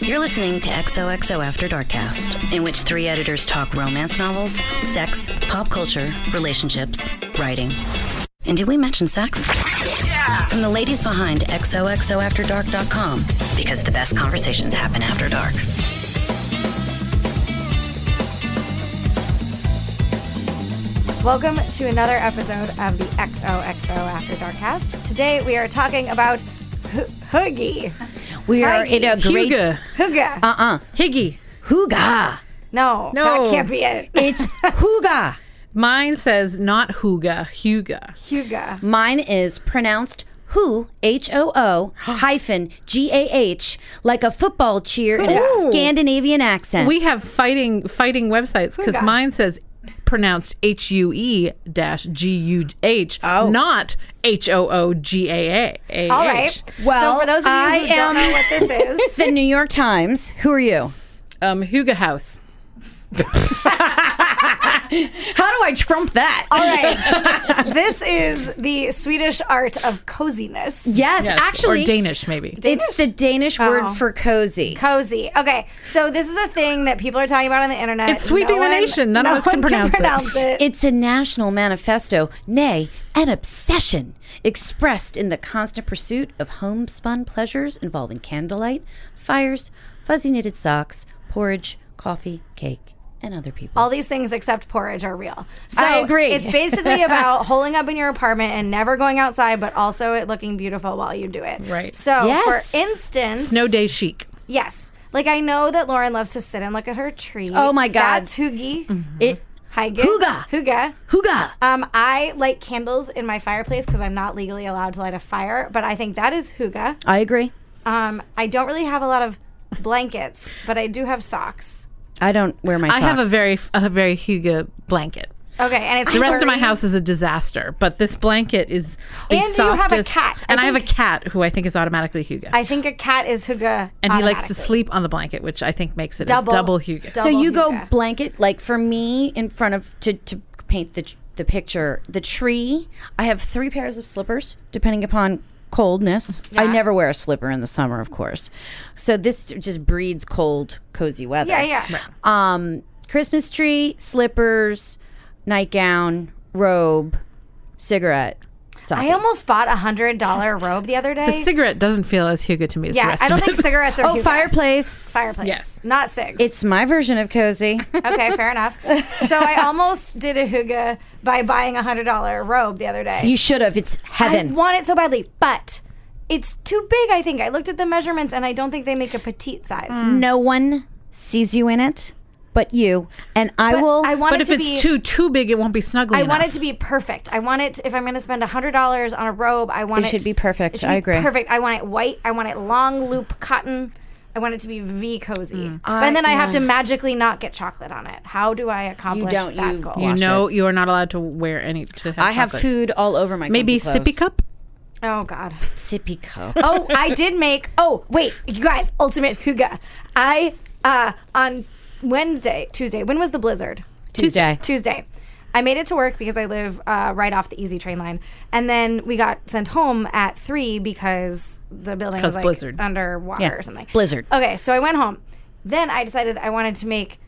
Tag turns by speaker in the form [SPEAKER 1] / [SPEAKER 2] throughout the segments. [SPEAKER 1] You're listening to XOXO After Darkcast, in which three editors talk romance novels, sex, pop culture, relationships, writing. And did we mention sex? Yeah! From the ladies behind XOXOAfterdark.com, because the best conversations happen after dark.
[SPEAKER 2] Welcome to another episode of the XOXO After Darkcast. Today we are talking about hu- hoogie.
[SPEAKER 3] We
[SPEAKER 2] Hi.
[SPEAKER 3] are in a great
[SPEAKER 4] Huga.
[SPEAKER 2] Hooga.
[SPEAKER 3] uh uh
[SPEAKER 4] Higgy.
[SPEAKER 3] hooga.
[SPEAKER 2] no,
[SPEAKER 4] Uh-uh. no.
[SPEAKER 2] that can't be it.
[SPEAKER 3] It's hooga.
[SPEAKER 4] Mine says not Huga, Huga.
[SPEAKER 2] Hooga.
[SPEAKER 3] Mine is pronounced who H O O hyphen G A H like a football cheer in a
[SPEAKER 4] Ooh.
[SPEAKER 3] Scandinavian accent.
[SPEAKER 4] We have fighting fighting websites because
[SPEAKER 2] Huga.
[SPEAKER 4] mine says pronounced H U E dash G U H, not H O O G A A.
[SPEAKER 2] Oh. All right.
[SPEAKER 3] Well,
[SPEAKER 2] so for those of you who
[SPEAKER 3] I
[SPEAKER 2] don't
[SPEAKER 3] am-
[SPEAKER 2] know what this is,
[SPEAKER 3] the New York Times. Who are you?
[SPEAKER 4] Um, Huga House.
[SPEAKER 3] How do I trump that?
[SPEAKER 2] all right, this is the Swedish art of coziness.
[SPEAKER 3] yes,
[SPEAKER 4] Yes,
[SPEAKER 3] actually
[SPEAKER 4] Or Danish, maybe.
[SPEAKER 3] it's the Danish
[SPEAKER 2] Oh.
[SPEAKER 3] word for cozy.
[SPEAKER 2] Cozy. Okay, so this is a thing that people are talking about on the internet.
[SPEAKER 4] It's sweeping the nation. None of us can
[SPEAKER 2] one
[SPEAKER 4] pronounce it.
[SPEAKER 2] it.
[SPEAKER 3] It's a national manifesto, nay, an obsession, expressed in the constant pursuit of homespun pleasures involving candlelight, fires, fuzzy knitted socks, porridge, coffee, cake, and other people.
[SPEAKER 2] all these things except porridge are real. So
[SPEAKER 3] I agree.
[SPEAKER 2] It's basically about holding up in your apartment and never going outside, but also it looking beautiful while you do it.
[SPEAKER 4] Right.
[SPEAKER 2] So,
[SPEAKER 3] Yes.
[SPEAKER 2] for instance,
[SPEAKER 4] Snow Day Chic.
[SPEAKER 2] Yes. Like I know that Lauren loves to sit and look at her tree.
[SPEAKER 3] Oh, my God.
[SPEAKER 2] That's hoogie.
[SPEAKER 4] Mm-hmm.
[SPEAKER 3] it,
[SPEAKER 2] Hygge.
[SPEAKER 3] Hygge.
[SPEAKER 2] Hygge.
[SPEAKER 3] hooga!
[SPEAKER 2] Um, I light candles in my fireplace because I'm not legally allowed to light a fire, but I think that is hygge.
[SPEAKER 3] I agree.
[SPEAKER 2] Um, I don't really have a lot of blankets, but I do have socks.
[SPEAKER 3] I don't wear my
[SPEAKER 4] I
[SPEAKER 3] socks.
[SPEAKER 4] have a very a very Huga blanket.
[SPEAKER 2] Okay, and it's
[SPEAKER 4] The rest of my
[SPEAKER 2] furry.
[SPEAKER 4] house is a disaster, but this blanket is the
[SPEAKER 2] And you have
[SPEAKER 4] softest.
[SPEAKER 2] a cat. I
[SPEAKER 4] and I have a
[SPEAKER 2] think-
[SPEAKER 4] cat who I think is automatically Huga.
[SPEAKER 2] I think a cat is hygge,
[SPEAKER 4] and he likes to
[SPEAKER 2] automatically.
[SPEAKER 4] sleep on the blanket, which I think makes it
[SPEAKER 2] Double-
[SPEAKER 4] a double Hugo.
[SPEAKER 2] double-
[SPEAKER 3] So you go
[SPEAKER 2] hygge.
[SPEAKER 3] blanket, like for me, in front of, to, to paint the, the picture, the tree, I have three pairs of slippers, depending upon coldness. I
[SPEAKER 2] Yeah.
[SPEAKER 3] never wear a slipper in the summer, of course. So this just breeds cold, cozy weather.
[SPEAKER 2] Yeah, yeah.
[SPEAKER 3] Um, Christmas tree, slippers, nightgown, robe, cigarette.
[SPEAKER 2] I almost bought a hundred dollar robe the other day.
[SPEAKER 4] the cigarette doesn't feel as Hugo to me as the
[SPEAKER 2] yeah,
[SPEAKER 4] rest
[SPEAKER 2] I don't
[SPEAKER 4] of
[SPEAKER 2] think
[SPEAKER 4] it.
[SPEAKER 2] cigarettes are.
[SPEAKER 3] Oh,
[SPEAKER 2] Hugo.
[SPEAKER 3] fireplace.
[SPEAKER 2] Fireplace,
[SPEAKER 4] Yes.
[SPEAKER 2] not six.
[SPEAKER 3] It's my version of cozy.
[SPEAKER 2] okay, fair enough. So I almost did a hygge by buying a hundred dollar robe the other day.
[SPEAKER 3] you should have. It's
[SPEAKER 2] I
[SPEAKER 3] heaven.
[SPEAKER 2] want it so badly, but it's too big. I think I looked at the measurements, and I don't think they make a petite size.
[SPEAKER 4] Mm.
[SPEAKER 3] no one sees you in it but you. And I
[SPEAKER 2] But
[SPEAKER 3] will.
[SPEAKER 2] I want it
[SPEAKER 4] But if
[SPEAKER 2] to
[SPEAKER 4] it's
[SPEAKER 2] be.
[SPEAKER 4] too too big, it won't be snuggly.
[SPEAKER 2] I want it
[SPEAKER 4] enough.
[SPEAKER 2] to be perfect. I want it. If I'm going to spend hundred dollars on a robe, I want it,
[SPEAKER 3] It should be perfect.
[SPEAKER 2] it should
[SPEAKER 3] I
[SPEAKER 2] be
[SPEAKER 3] agree.
[SPEAKER 2] Perfect. I want it white. I want it long loop cotton. I want it to be V cozy. But and then I have to magically not get chocolate on it. How do I accomplish
[SPEAKER 3] don't,
[SPEAKER 2] that
[SPEAKER 3] you-
[SPEAKER 2] goal?
[SPEAKER 4] You
[SPEAKER 3] Wash
[SPEAKER 4] know, you are not allowed to wear any. To have
[SPEAKER 3] I have
[SPEAKER 4] chocolate.
[SPEAKER 3] food all over my
[SPEAKER 4] Maybe
[SPEAKER 3] comfy
[SPEAKER 4] sippy
[SPEAKER 3] clothes.
[SPEAKER 4] cup.
[SPEAKER 2] Oh God.
[SPEAKER 3] Sippy cup.
[SPEAKER 2] Oh, I did make. Oh, wait, you guys, ultimate hygge. I uh on Wednesday, Tuesday. When was the blizzard?
[SPEAKER 3] Tuesday.
[SPEAKER 2] Tuesday. I made it to work because I live uh, right off the easy train line, and then we got sent home at three because the building was
[SPEAKER 4] 'Cause
[SPEAKER 2] like
[SPEAKER 4] blizzard.
[SPEAKER 2] underwater
[SPEAKER 3] Yeah,
[SPEAKER 2] or something.
[SPEAKER 3] blizzard.
[SPEAKER 2] Okay, so I went home. Then I decided I wanted to make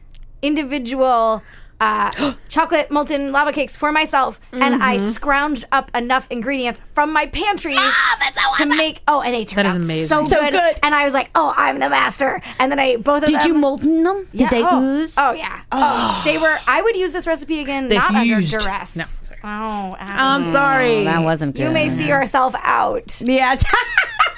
[SPEAKER 2] individual uh, chocolate molten lava cakes for myself, and
[SPEAKER 3] Mm-hmm.
[SPEAKER 2] I scrounged up enough ingredients from my pantry
[SPEAKER 3] Ah,
[SPEAKER 2] to make. Oh, and it turned
[SPEAKER 4] is
[SPEAKER 2] out
[SPEAKER 4] amazing.
[SPEAKER 2] so,
[SPEAKER 3] So
[SPEAKER 2] good,
[SPEAKER 3] good.
[SPEAKER 2] And I was like, "Oh, I'm the master!" And then I both of
[SPEAKER 3] Did
[SPEAKER 2] them.
[SPEAKER 3] you molten them? Did
[SPEAKER 2] Yeah,
[SPEAKER 3] they
[SPEAKER 2] oh.
[SPEAKER 3] ooze?
[SPEAKER 2] Oh yeah. Oh. They were. I would use this recipe again, not
[SPEAKER 4] used.
[SPEAKER 2] under duress.
[SPEAKER 4] No, sorry.
[SPEAKER 2] Oh,
[SPEAKER 4] I'm
[SPEAKER 2] Adam.
[SPEAKER 4] sorry.
[SPEAKER 3] Oh, That wasn't good.
[SPEAKER 2] you may see yourself out.
[SPEAKER 3] Yes.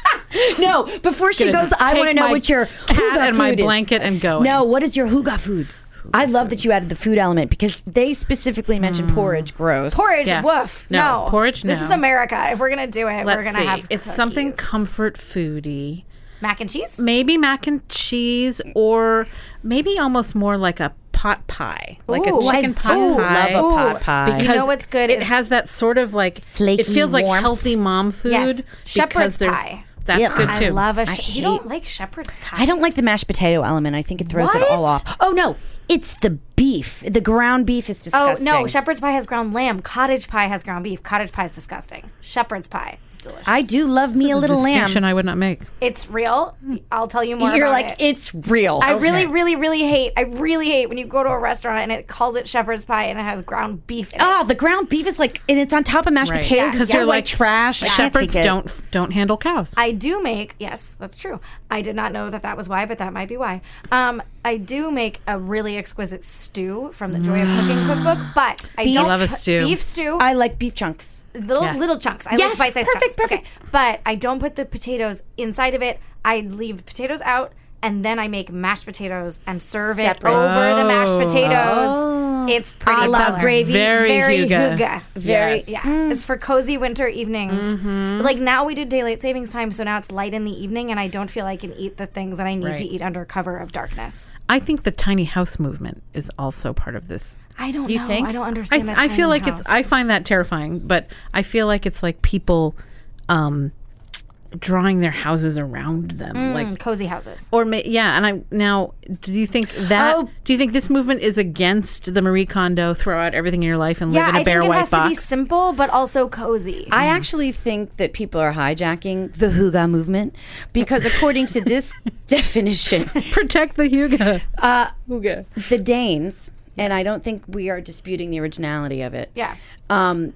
[SPEAKER 3] no, before she
[SPEAKER 4] Gonna
[SPEAKER 3] goes, I
[SPEAKER 4] take
[SPEAKER 3] want to know
[SPEAKER 4] my
[SPEAKER 3] what your
[SPEAKER 4] cat
[SPEAKER 3] hygge
[SPEAKER 4] and my
[SPEAKER 3] food is.
[SPEAKER 4] blanket and go
[SPEAKER 3] No, what is your hygge food? I love that you added the food element because they specifically mentioned
[SPEAKER 4] Mm.
[SPEAKER 3] porridge. Gross.
[SPEAKER 2] Porridge,
[SPEAKER 4] Yeah.
[SPEAKER 2] woof. No,
[SPEAKER 4] No, porridge,
[SPEAKER 2] This
[SPEAKER 4] no.
[SPEAKER 2] is America. If we're gonna do it, we're
[SPEAKER 4] Let's
[SPEAKER 2] gonna
[SPEAKER 4] see.
[SPEAKER 2] have
[SPEAKER 4] it's something
[SPEAKER 2] cookies.
[SPEAKER 4] comfort foody.
[SPEAKER 2] mac and cheese.
[SPEAKER 4] Maybe mac and cheese, or maybe almost more like a pot pie, like
[SPEAKER 2] Ooh,
[SPEAKER 4] a
[SPEAKER 2] I
[SPEAKER 4] chicken pot
[SPEAKER 3] do
[SPEAKER 4] pie.
[SPEAKER 3] love a pot
[SPEAKER 2] Ooh,
[SPEAKER 3] pie.
[SPEAKER 4] Because
[SPEAKER 2] you know what's good?
[SPEAKER 4] It
[SPEAKER 2] is
[SPEAKER 4] has that sort of like
[SPEAKER 3] Flaky
[SPEAKER 4] It feels like
[SPEAKER 3] warmth.
[SPEAKER 4] healthy mom food.
[SPEAKER 2] Yes. Shepherd's
[SPEAKER 4] because there's-
[SPEAKER 2] pie.
[SPEAKER 4] That's
[SPEAKER 3] Yes.
[SPEAKER 4] good
[SPEAKER 2] I
[SPEAKER 4] too.
[SPEAKER 2] love a. Sh-
[SPEAKER 3] I
[SPEAKER 2] you don't
[SPEAKER 3] hate-
[SPEAKER 2] like shepherd's pie.
[SPEAKER 3] I don't like the mashed potato element. I think it throws it all
[SPEAKER 2] What?
[SPEAKER 3] off. Oh no, It's the beef. The ground beef is
[SPEAKER 2] Oh
[SPEAKER 3] disgusting.
[SPEAKER 2] no, shepherd's pie has ground lamb. Cottage pie has ground beef. Cottage pie is disgusting. Shepherd's pie is delicious.
[SPEAKER 3] I do love me a little lamb.
[SPEAKER 4] Distinction I would not make.
[SPEAKER 2] it's real. I'll tell you more.
[SPEAKER 3] You're
[SPEAKER 2] about
[SPEAKER 3] like
[SPEAKER 2] it.
[SPEAKER 3] it's real.
[SPEAKER 2] I really, really, really hate. I really hate when you go to a restaurant and it calls it shepherd's pie and it has ground beef in it.
[SPEAKER 3] Oh, the ground beef is like, and it's on top of mashed
[SPEAKER 4] Right.
[SPEAKER 3] potatoes
[SPEAKER 4] Because they're like trash. Shepherds don't don't handle cows.
[SPEAKER 2] I do make yes, that's true. I did not know that that was why, but that might be why. Um, I do make a really exquisite stew from the Joy of Cooking cookbook, but I
[SPEAKER 3] Beef.
[SPEAKER 2] don't
[SPEAKER 3] Love
[SPEAKER 4] a stew.
[SPEAKER 2] Beef stew,
[SPEAKER 3] I like beef chunks.
[SPEAKER 2] little little chunks. I
[SPEAKER 3] Yes,
[SPEAKER 2] like bite-sized chunks.
[SPEAKER 3] perfect, perfect.
[SPEAKER 2] Okay, but I don't put the potatoes inside of it. I leave potatoes out, and then I make mashed potatoes and serve
[SPEAKER 3] Separate.
[SPEAKER 2] it over the mashed potatoes. It's pretty.
[SPEAKER 3] A la
[SPEAKER 2] color.
[SPEAKER 3] gravy.
[SPEAKER 4] Oh. Very,
[SPEAKER 2] Very
[SPEAKER 4] huga.
[SPEAKER 2] huga.
[SPEAKER 3] Very-
[SPEAKER 2] Yeah, it's for cozy winter evenings.
[SPEAKER 4] Mm-hmm.
[SPEAKER 2] Like now we did daylight savings time, so now it's light in the evening, and I don't feel I can eat the things that I need to
[SPEAKER 4] Right.
[SPEAKER 2] eat under cover of darkness.
[SPEAKER 4] I think the tiny house movement is also part of this.
[SPEAKER 2] I don't know.
[SPEAKER 3] think?
[SPEAKER 2] I don't
[SPEAKER 4] I,
[SPEAKER 2] understand that.
[SPEAKER 4] I feel
[SPEAKER 2] tiny
[SPEAKER 4] like it's. I
[SPEAKER 2] house.
[SPEAKER 4] find that terrifying, but I feel like it's like people, um, drawing their houses around them, like
[SPEAKER 2] Mm, cozy houses.
[SPEAKER 4] or ma- yeah. And I now, do you think that?
[SPEAKER 3] Oh.
[SPEAKER 4] Do you think this movement is against the Marie Kondo? Throw out everything in your life and
[SPEAKER 2] Yeah,
[SPEAKER 4] live in a
[SPEAKER 2] I
[SPEAKER 4] bare
[SPEAKER 2] think it
[SPEAKER 4] white
[SPEAKER 2] has to be
[SPEAKER 4] box.
[SPEAKER 2] simple but also cozy.
[SPEAKER 3] I actually think that people are hijacking the Huga movement because, according to this definition,
[SPEAKER 4] Protect the Huga.
[SPEAKER 3] uh,
[SPEAKER 4] Huga.
[SPEAKER 3] the Danes, and I don't think we are disputing the originality of it.
[SPEAKER 2] Yeah.
[SPEAKER 3] Um,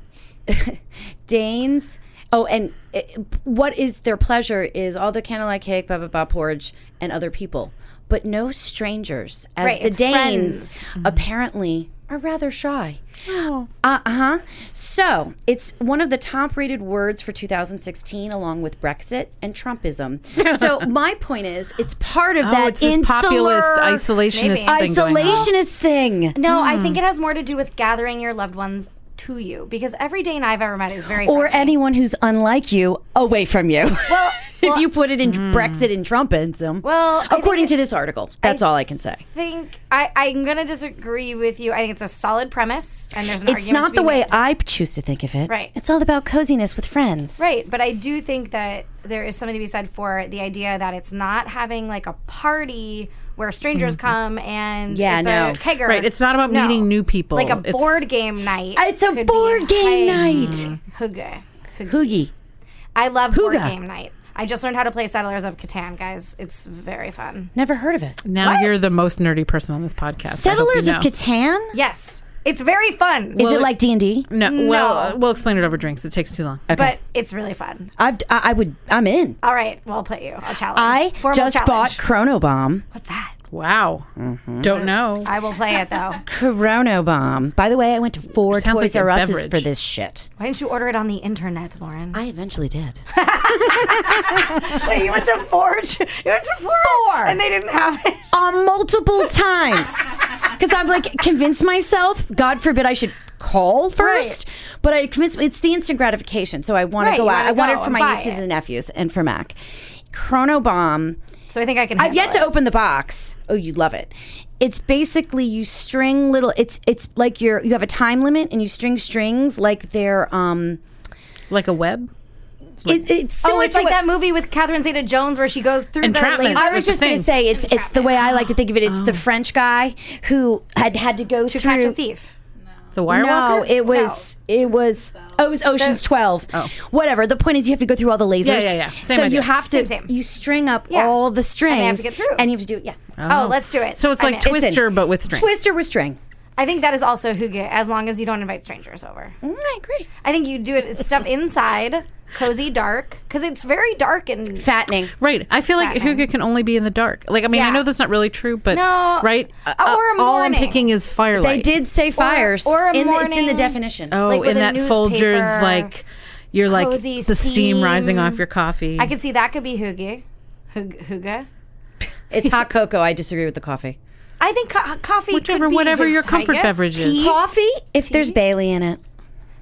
[SPEAKER 3] Danes. Oh, and uh, what is their pleasure is all the candlelight cake, blah blah blah, porridge, and other people, but no strangers. As
[SPEAKER 2] Right,
[SPEAKER 3] the
[SPEAKER 2] it's
[SPEAKER 3] Danes apparently are rather shy. Uh huh. So it's one of the top rated words for 2016, along with Brexit and Trumpism. so my point is, it's part of
[SPEAKER 4] Oh,
[SPEAKER 3] that
[SPEAKER 4] it's this populist
[SPEAKER 3] insular
[SPEAKER 4] isolationist thing going on.
[SPEAKER 3] isolationist thing.
[SPEAKER 2] No, I think it has more to do with gathering your loved ones to you because every Dane I've ever met is very
[SPEAKER 3] Or
[SPEAKER 2] friendly.
[SPEAKER 3] anyone who's unlike you away from you.
[SPEAKER 2] Well,
[SPEAKER 3] if you put it in Brexit and Trumpism.
[SPEAKER 2] Well, I think
[SPEAKER 3] according
[SPEAKER 2] it-
[SPEAKER 3] to this article, that's all I can say.
[SPEAKER 2] think I, I'm going to disagree with you. I think it's a solid premise, and there's an
[SPEAKER 3] It's
[SPEAKER 2] argument to
[SPEAKER 3] not
[SPEAKER 2] be
[SPEAKER 3] the way
[SPEAKER 2] made.
[SPEAKER 3] I choose to think of it.
[SPEAKER 2] Right.
[SPEAKER 3] It's all about coziness with friends.
[SPEAKER 2] Right, but I do think that there is something to be said for the idea that it's not having like a party where strangers come and
[SPEAKER 3] Mm-hmm. Yeah,
[SPEAKER 2] it's
[SPEAKER 3] no.
[SPEAKER 2] a kegger.
[SPEAKER 4] Right, it's not about
[SPEAKER 2] No.
[SPEAKER 4] meeting new people.
[SPEAKER 2] Like a
[SPEAKER 4] It's-
[SPEAKER 2] board game night.
[SPEAKER 3] Uh, It's a
[SPEAKER 2] could
[SPEAKER 3] board
[SPEAKER 2] be
[SPEAKER 3] game
[SPEAKER 2] high-
[SPEAKER 3] night.
[SPEAKER 2] Hygge. Hygge.
[SPEAKER 3] Hoogie.
[SPEAKER 2] I love board
[SPEAKER 3] Hygge.
[SPEAKER 2] game night. I just learned how to play Settlers of Catan, guys. It's very fun.
[SPEAKER 3] Never heard of it.
[SPEAKER 4] Now you're the most nerdy person on this podcast. I hope
[SPEAKER 3] Settlers
[SPEAKER 4] you
[SPEAKER 3] of
[SPEAKER 4] know.
[SPEAKER 3] Catan?
[SPEAKER 2] Yes, it's very fun,
[SPEAKER 3] Is it like D&D?
[SPEAKER 4] No, well,
[SPEAKER 2] No.
[SPEAKER 4] we'll explain it over drinks. It takes too long.
[SPEAKER 2] but it's really fun.
[SPEAKER 3] I've, I, I would I'm in.
[SPEAKER 2] All right, well, I'll play you. I'll challenge.
[SPEAKER 3] I
[SPEAKER 2] Formal
[SPEAKER 3] just
[SPEAKER 2] challenge.
[SPEAKER 3] bought Chronobomb.
[SPEAKER 2] What's that?
[SPEAKER 4] Wow, don't know.
[SPEAKER 2] I will play it though.
[SPEAKER 3] Chronobomb. By the way, I went to four
[SPEAKER 4] Sounds
[SPEAKER 3] Toys
[SPEAKER 4] like a
[SPEAKER 3] R Us's
[SPEAKER 4] beverage.
[SPEAKER 3] for this shit.
[SPEAKER 2] Why didn't you order it on the internet, Lauren?
[SPEAKER 3] I eventually did.
[SPEAKER 2] Wait, you went to Forge. You went to Forge, and they didn't have it.
[SPEAKER 3] on Uh, multiple times because I'm like convinced myself. God forbid I should call first, but I convinced it's the instant gratification. So I want
[SPEAKER 2] Right,
[SPEAKER 3] to go
[SPEAKER 2] you
[SPEAKER 3] out.
[SPEAKER 2] wanna
[SPEAKER 3] I want
[SPEAKER 2] go
[SPEAKER 3] it for
[SPEAKER 2] and
[SPEAKER 3] my
[SPEAKER 2] buy
[SPEAKER 3] nieces
[SPEAKER 2] it.
[SPEAKER 3] and nephews and for Mac. Chronobomb.
[SPEAKER 2] So I think I can.
[SPEAKER 3] I've yet to
[SPEAKER 2] handle
[SPEAKER 3] open the box. Oh, you'd love it. It's basically you string little. It's it's like you're you have a time limit and you string strings like they're um.
[SPEAKER 4] Like a web.
[SPEAKER 3] It, it's
[SPEAKER 2] it.
[SPEAKER 3] similar
[SPEAKER 2] Oh, it's
[SPEAKER 3] to
[SPEAKER 2] like
[SPEAKER 3] what-
[SPEAKER 2] that movie with Catherine Zeta-Jones where she goes through the
[SPEAKER 4] Entrapment.
[SPEAKER 2] laser.
[SPEAKER 3] I
[SPEAKER 4] That
[SPEAKER 3] was
[SPEAKER 4] was the
[SPEAKER 3] just going
[SPEAKER 4] thing.
[SPEAKER 3] to say it's it's the way I like to think of it. It's the French guy who had had to go
[SPEAKER 2] to
[SPEAKER 3] through
[SPEAKER 2] catch a thief.
[SPEAKER 4] The wire
[SPEAKER 3] No,
[SPEAKER 4] walker.
[SPEAKER 3] it was it was oh, it was Ocean's Twelve. Oh. Whatever. The point is, you have to go through all the lasers.
[SPEAKER 4] Yeah, yeah, yeah. Same
[SPEAKER 3] so
[SPEAKER 4] idea.
[SPEAKER 3] you have to
[SPEAKER 2] Same, same.
[SPEAKER 3] you string up
[SPEAKER 2] Yeah.
[SPEAKER 3] all the strings,
[SPEAKER 2] they have to get through.
[SPEAKER 3] and you have to do it. Yeah,
[SPEAKER 2] Oh, let's do it.
[SPEAKER 4] so it's
[SPEAKER 2] I'm
[SPEAKER 4] like
[SPEAKER 2] in.
[SPEAKER 3] It's in.
[SPEAKER 4] Twister, but with string.
[SPEAKER 3] Twister with string.
[SPEAKER 2] I think that is also huga, as long as you don't invite strangers over.
[SPEAKER 3] I agree.
[SPEAKER 2] I think you do it it's stuff inside, cozy, dark, because it's very dark and.
[SPEAKER 3] Fattening.
[SPEAKER 4] Right. I feel like
[SPEAKER 2] Batman.
[SPEAKER 4] Huga can only be in the dark. Like, I mean,
[SPEAKER 2] Yeah.
[SPEAKER 4] I know that's not really true, but
[SPEAKER 2] No.
[SPEAKER 4] right.
[SPEAKER 2] Uh, or a
[SPEAKER 4] all I'm
[SPEAKER 2] morning.
[SPEAKER 4] picking is
[SPEAKER 3] They
[SPEAKER 4] firelight.
[SPEAKER 3] did say fires.
[SPEAKER 2] or a
[SPEAKER 3] in the, it's in the
[SPEAKER 2] morning-
[SPEAKER 3] definition.
[SPEAKER 4] Oh,
[SPEAKER 2] like, with
[SPEAKER 4] in
[SPEAKER 2] a
[SPEAKER 4] that Folgers,
[SPEAKER 2] newspaper,
[SPEAKER 4] like you're like the
[SPEAKER 2] cozy
[SPEAKER 4] steam, rising
[SPEAKER 2] steam.
[SPEAKER 4] off your coffee.
[SPEAKER 2] I could see that could be huga, Hug- huga.
[SPEAKER 3] It's hot cocoa. I disagree with the coffee.
[SPEAKER 2] I think co- coffee.
[SPEAKER 4] Whichever,
[SPEAKER 2] could be
[SPEAKER 4] whatever your
[SPEAKER 2] hygge.
[SPEAKER 4] comfort beverage is.
[SPEAKER 2] Tea?
[SPEAKER 3] Coffee, if there's Bailey in it.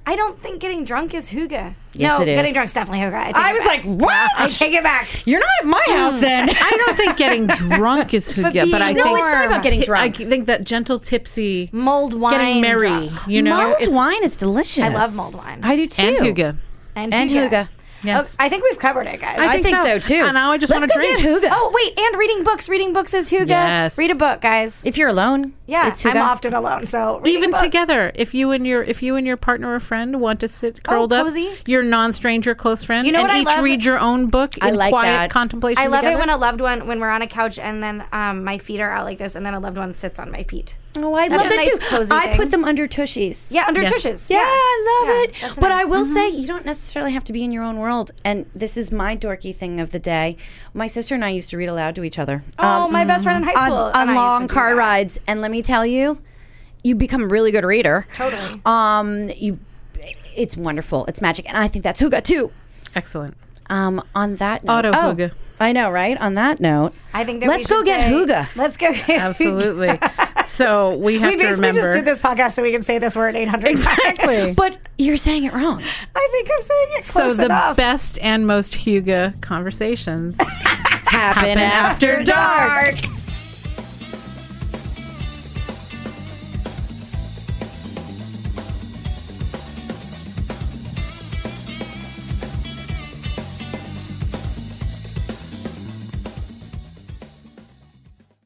[SPEAKER 2] I don't think getting drunk is huga.
[SPEAKER 3] Yes,
[SPEAKER 2] no,
[SPEAKER 3] it is.
[SPEAKER 2] getting drunk is definitely huga. I, take it back.
[SPEAKER 3] what?
[SPEAKER 2] I take it back.
[SPEAKER 3] You're not at my house then.
[SPEAKER 4] Mm. I don't think getting drunk is Huga, but, I
[SPEAKER 2] being No,
[SPEAKER 4] think
[SPEAKER 2] it's not about
[SPEAKER 3] getting
[SPEAKER 4] ti- I
[SPEAKER 3] drunk.
[SPEAKER 4] think that gentle tipsy,
[SPEAKER 2] Mulled wine.
[SPEAKER 4] getting merry.
[SPEAKER 2] drunk.
[SPEAKER 4] You know,
[SPEAKER 3] mulled
[SPEAKER 4] It's-
[SPEAKER 3] wine is delicious. I
[SPEAKER 2] love mulled wine.
[SPEAKER 3] I do too.
[SPEAKER 4] and Huga.
[SPEAKER 2] And,
[SPEAKER 3] And
[SPEAKER 2] huga.
[SPEAKER 3] huga.
[SPEAKER 4] Yes.
[SPEAKER 2] Oh, I think we've covered it, guys.
[SPEAKER 3] I think, so. too.
[SPEAKER 4] And now I just
[SPEAKER 3] Let's
[SPEAKER 4] want to
[SPEAKER 3] go
[SPEAKER 4] drink.
[SPEAKER 3] Get Huga.
[SPEAKER 2] oh, wait. And reading books. Reading books is huga.
[SPEAKER 4] Yes.
[SPEAKER 2] Read a book, guys.
[SPEAKER 3] If you're alone,
[SPEAKER 2] Yeah,
[SPEAKER 3] It's who
[SPEAKER 2] I'm
[SPEAKER 3] got-
[SPEAKER 2] often alone. So reading
[SPEAKER 4] Even
[SPEAKER 2] book-
[SPEAKER 4] together, if you and your if you and your partner or friend want to sit curled
[SPEAKER 2] Oh, cozy.
[SPEAKER 4] up, your non-stranger close friend,
[SPEAKER 2] You know
[SPEAKER 4] and
[SPEAKER 2] what I
[SPEAKER 4] each
[SPEAKER 2] love?
[SPEAKER 4] read your own book in
[SPEAKER 3] I like
[SPEAKER 4] quiet
[SPEAKER 3] that.
[SPEAKER 4] contemplation.
[SPEAKER 2] I love
[SPEAKER 4] together.
[SPEAKER 2] it when a loved one when we're on a couch and then um, my feet are out like this and then a loved one sits on my feet.
[SPEAKER 3] Oh, I
[SPEAKER 2] That's
[SPEAKER 3] love
[SPEAKER 2] a
[SPEAKER 3] that
[SPEAKER 2] nice
[SPEAKER 3] too.
[SPEAKER 2] cozy
[SPEAKER 3] I
[SPEAKER 2] thing.
[SPEAKER 3] put them under tushies.
[SPEAKER 2] Yeah, under
[SPEAKER 4] Yes.
[SPEAKER 2] tushes.
[SPEAKER 3] Yeah, I love
[SPEAKER 2] Yeah, that's
[SPEAKER 3] it. But I
[SPEAKER 2] nice. Mm-hmm.
[SPEAKER 3] will say, you don't necessarily have to be in your own world. And this is my dorky thing of the day. My sister and I used to read aloud to each other
[SPEAKER 4] Um,
[SPEAKER 2] Oh, my best friend in high
[SPEAKER 3] on,
[SPEAKER 2] school
[SPEAKER 3] on
[SPEAKER 2] and I used to
[SPEAKER 3] long
[SPEAKER 2] do
[SPEAKER 3] car
[SPEAKER 2] that.
[SPEAKER 3] rides. And let me tell you, you become a really good reader.
[SPEAKER 2] Totally.
[SPEAKER 3] Um, you, it's wonderful. It's magic. And I think that's Huga too.
[SPEAKER 4] Excellent.
[SPEAKER 3] Um, on that note,
[SPEAKER 4] Auto
[SPEAKER 3] oh,
[SPEAKER 4] Huga.
[SPEAKER 3] I know, right? On that note,
[SPEAKER 2] I think that we
[SPEAKER 3] let's go
[SPEAKER 2] should
[SPEAKER 3] get
[SPEAKER 2] say-
[SPEAKER 3] Huga.
[SPEAKER 2] Let's go. Get
[SPEAKER 4] Absolutely. so we have
[SPEAKER 2] We
[SPEAKER 4] to
[SPEAKER 2] basically
[SPEAKER 4] remember.
[SPEAKER 2] just did this podcast so we can say this word 800 times.
[SPEAKER 3] But you're saying it wrong.
[SPEAKER 2] I think I'm saying it
[SPEAKER 4] so
[SPEAKER 2] close
[SPEAKER 4] the
[SPEAKER 2] enough.
[SPEAKER 4] best and most Huga conversations
[SPEAKER 3] Happen,
[SPEAKER 4] happen after dark.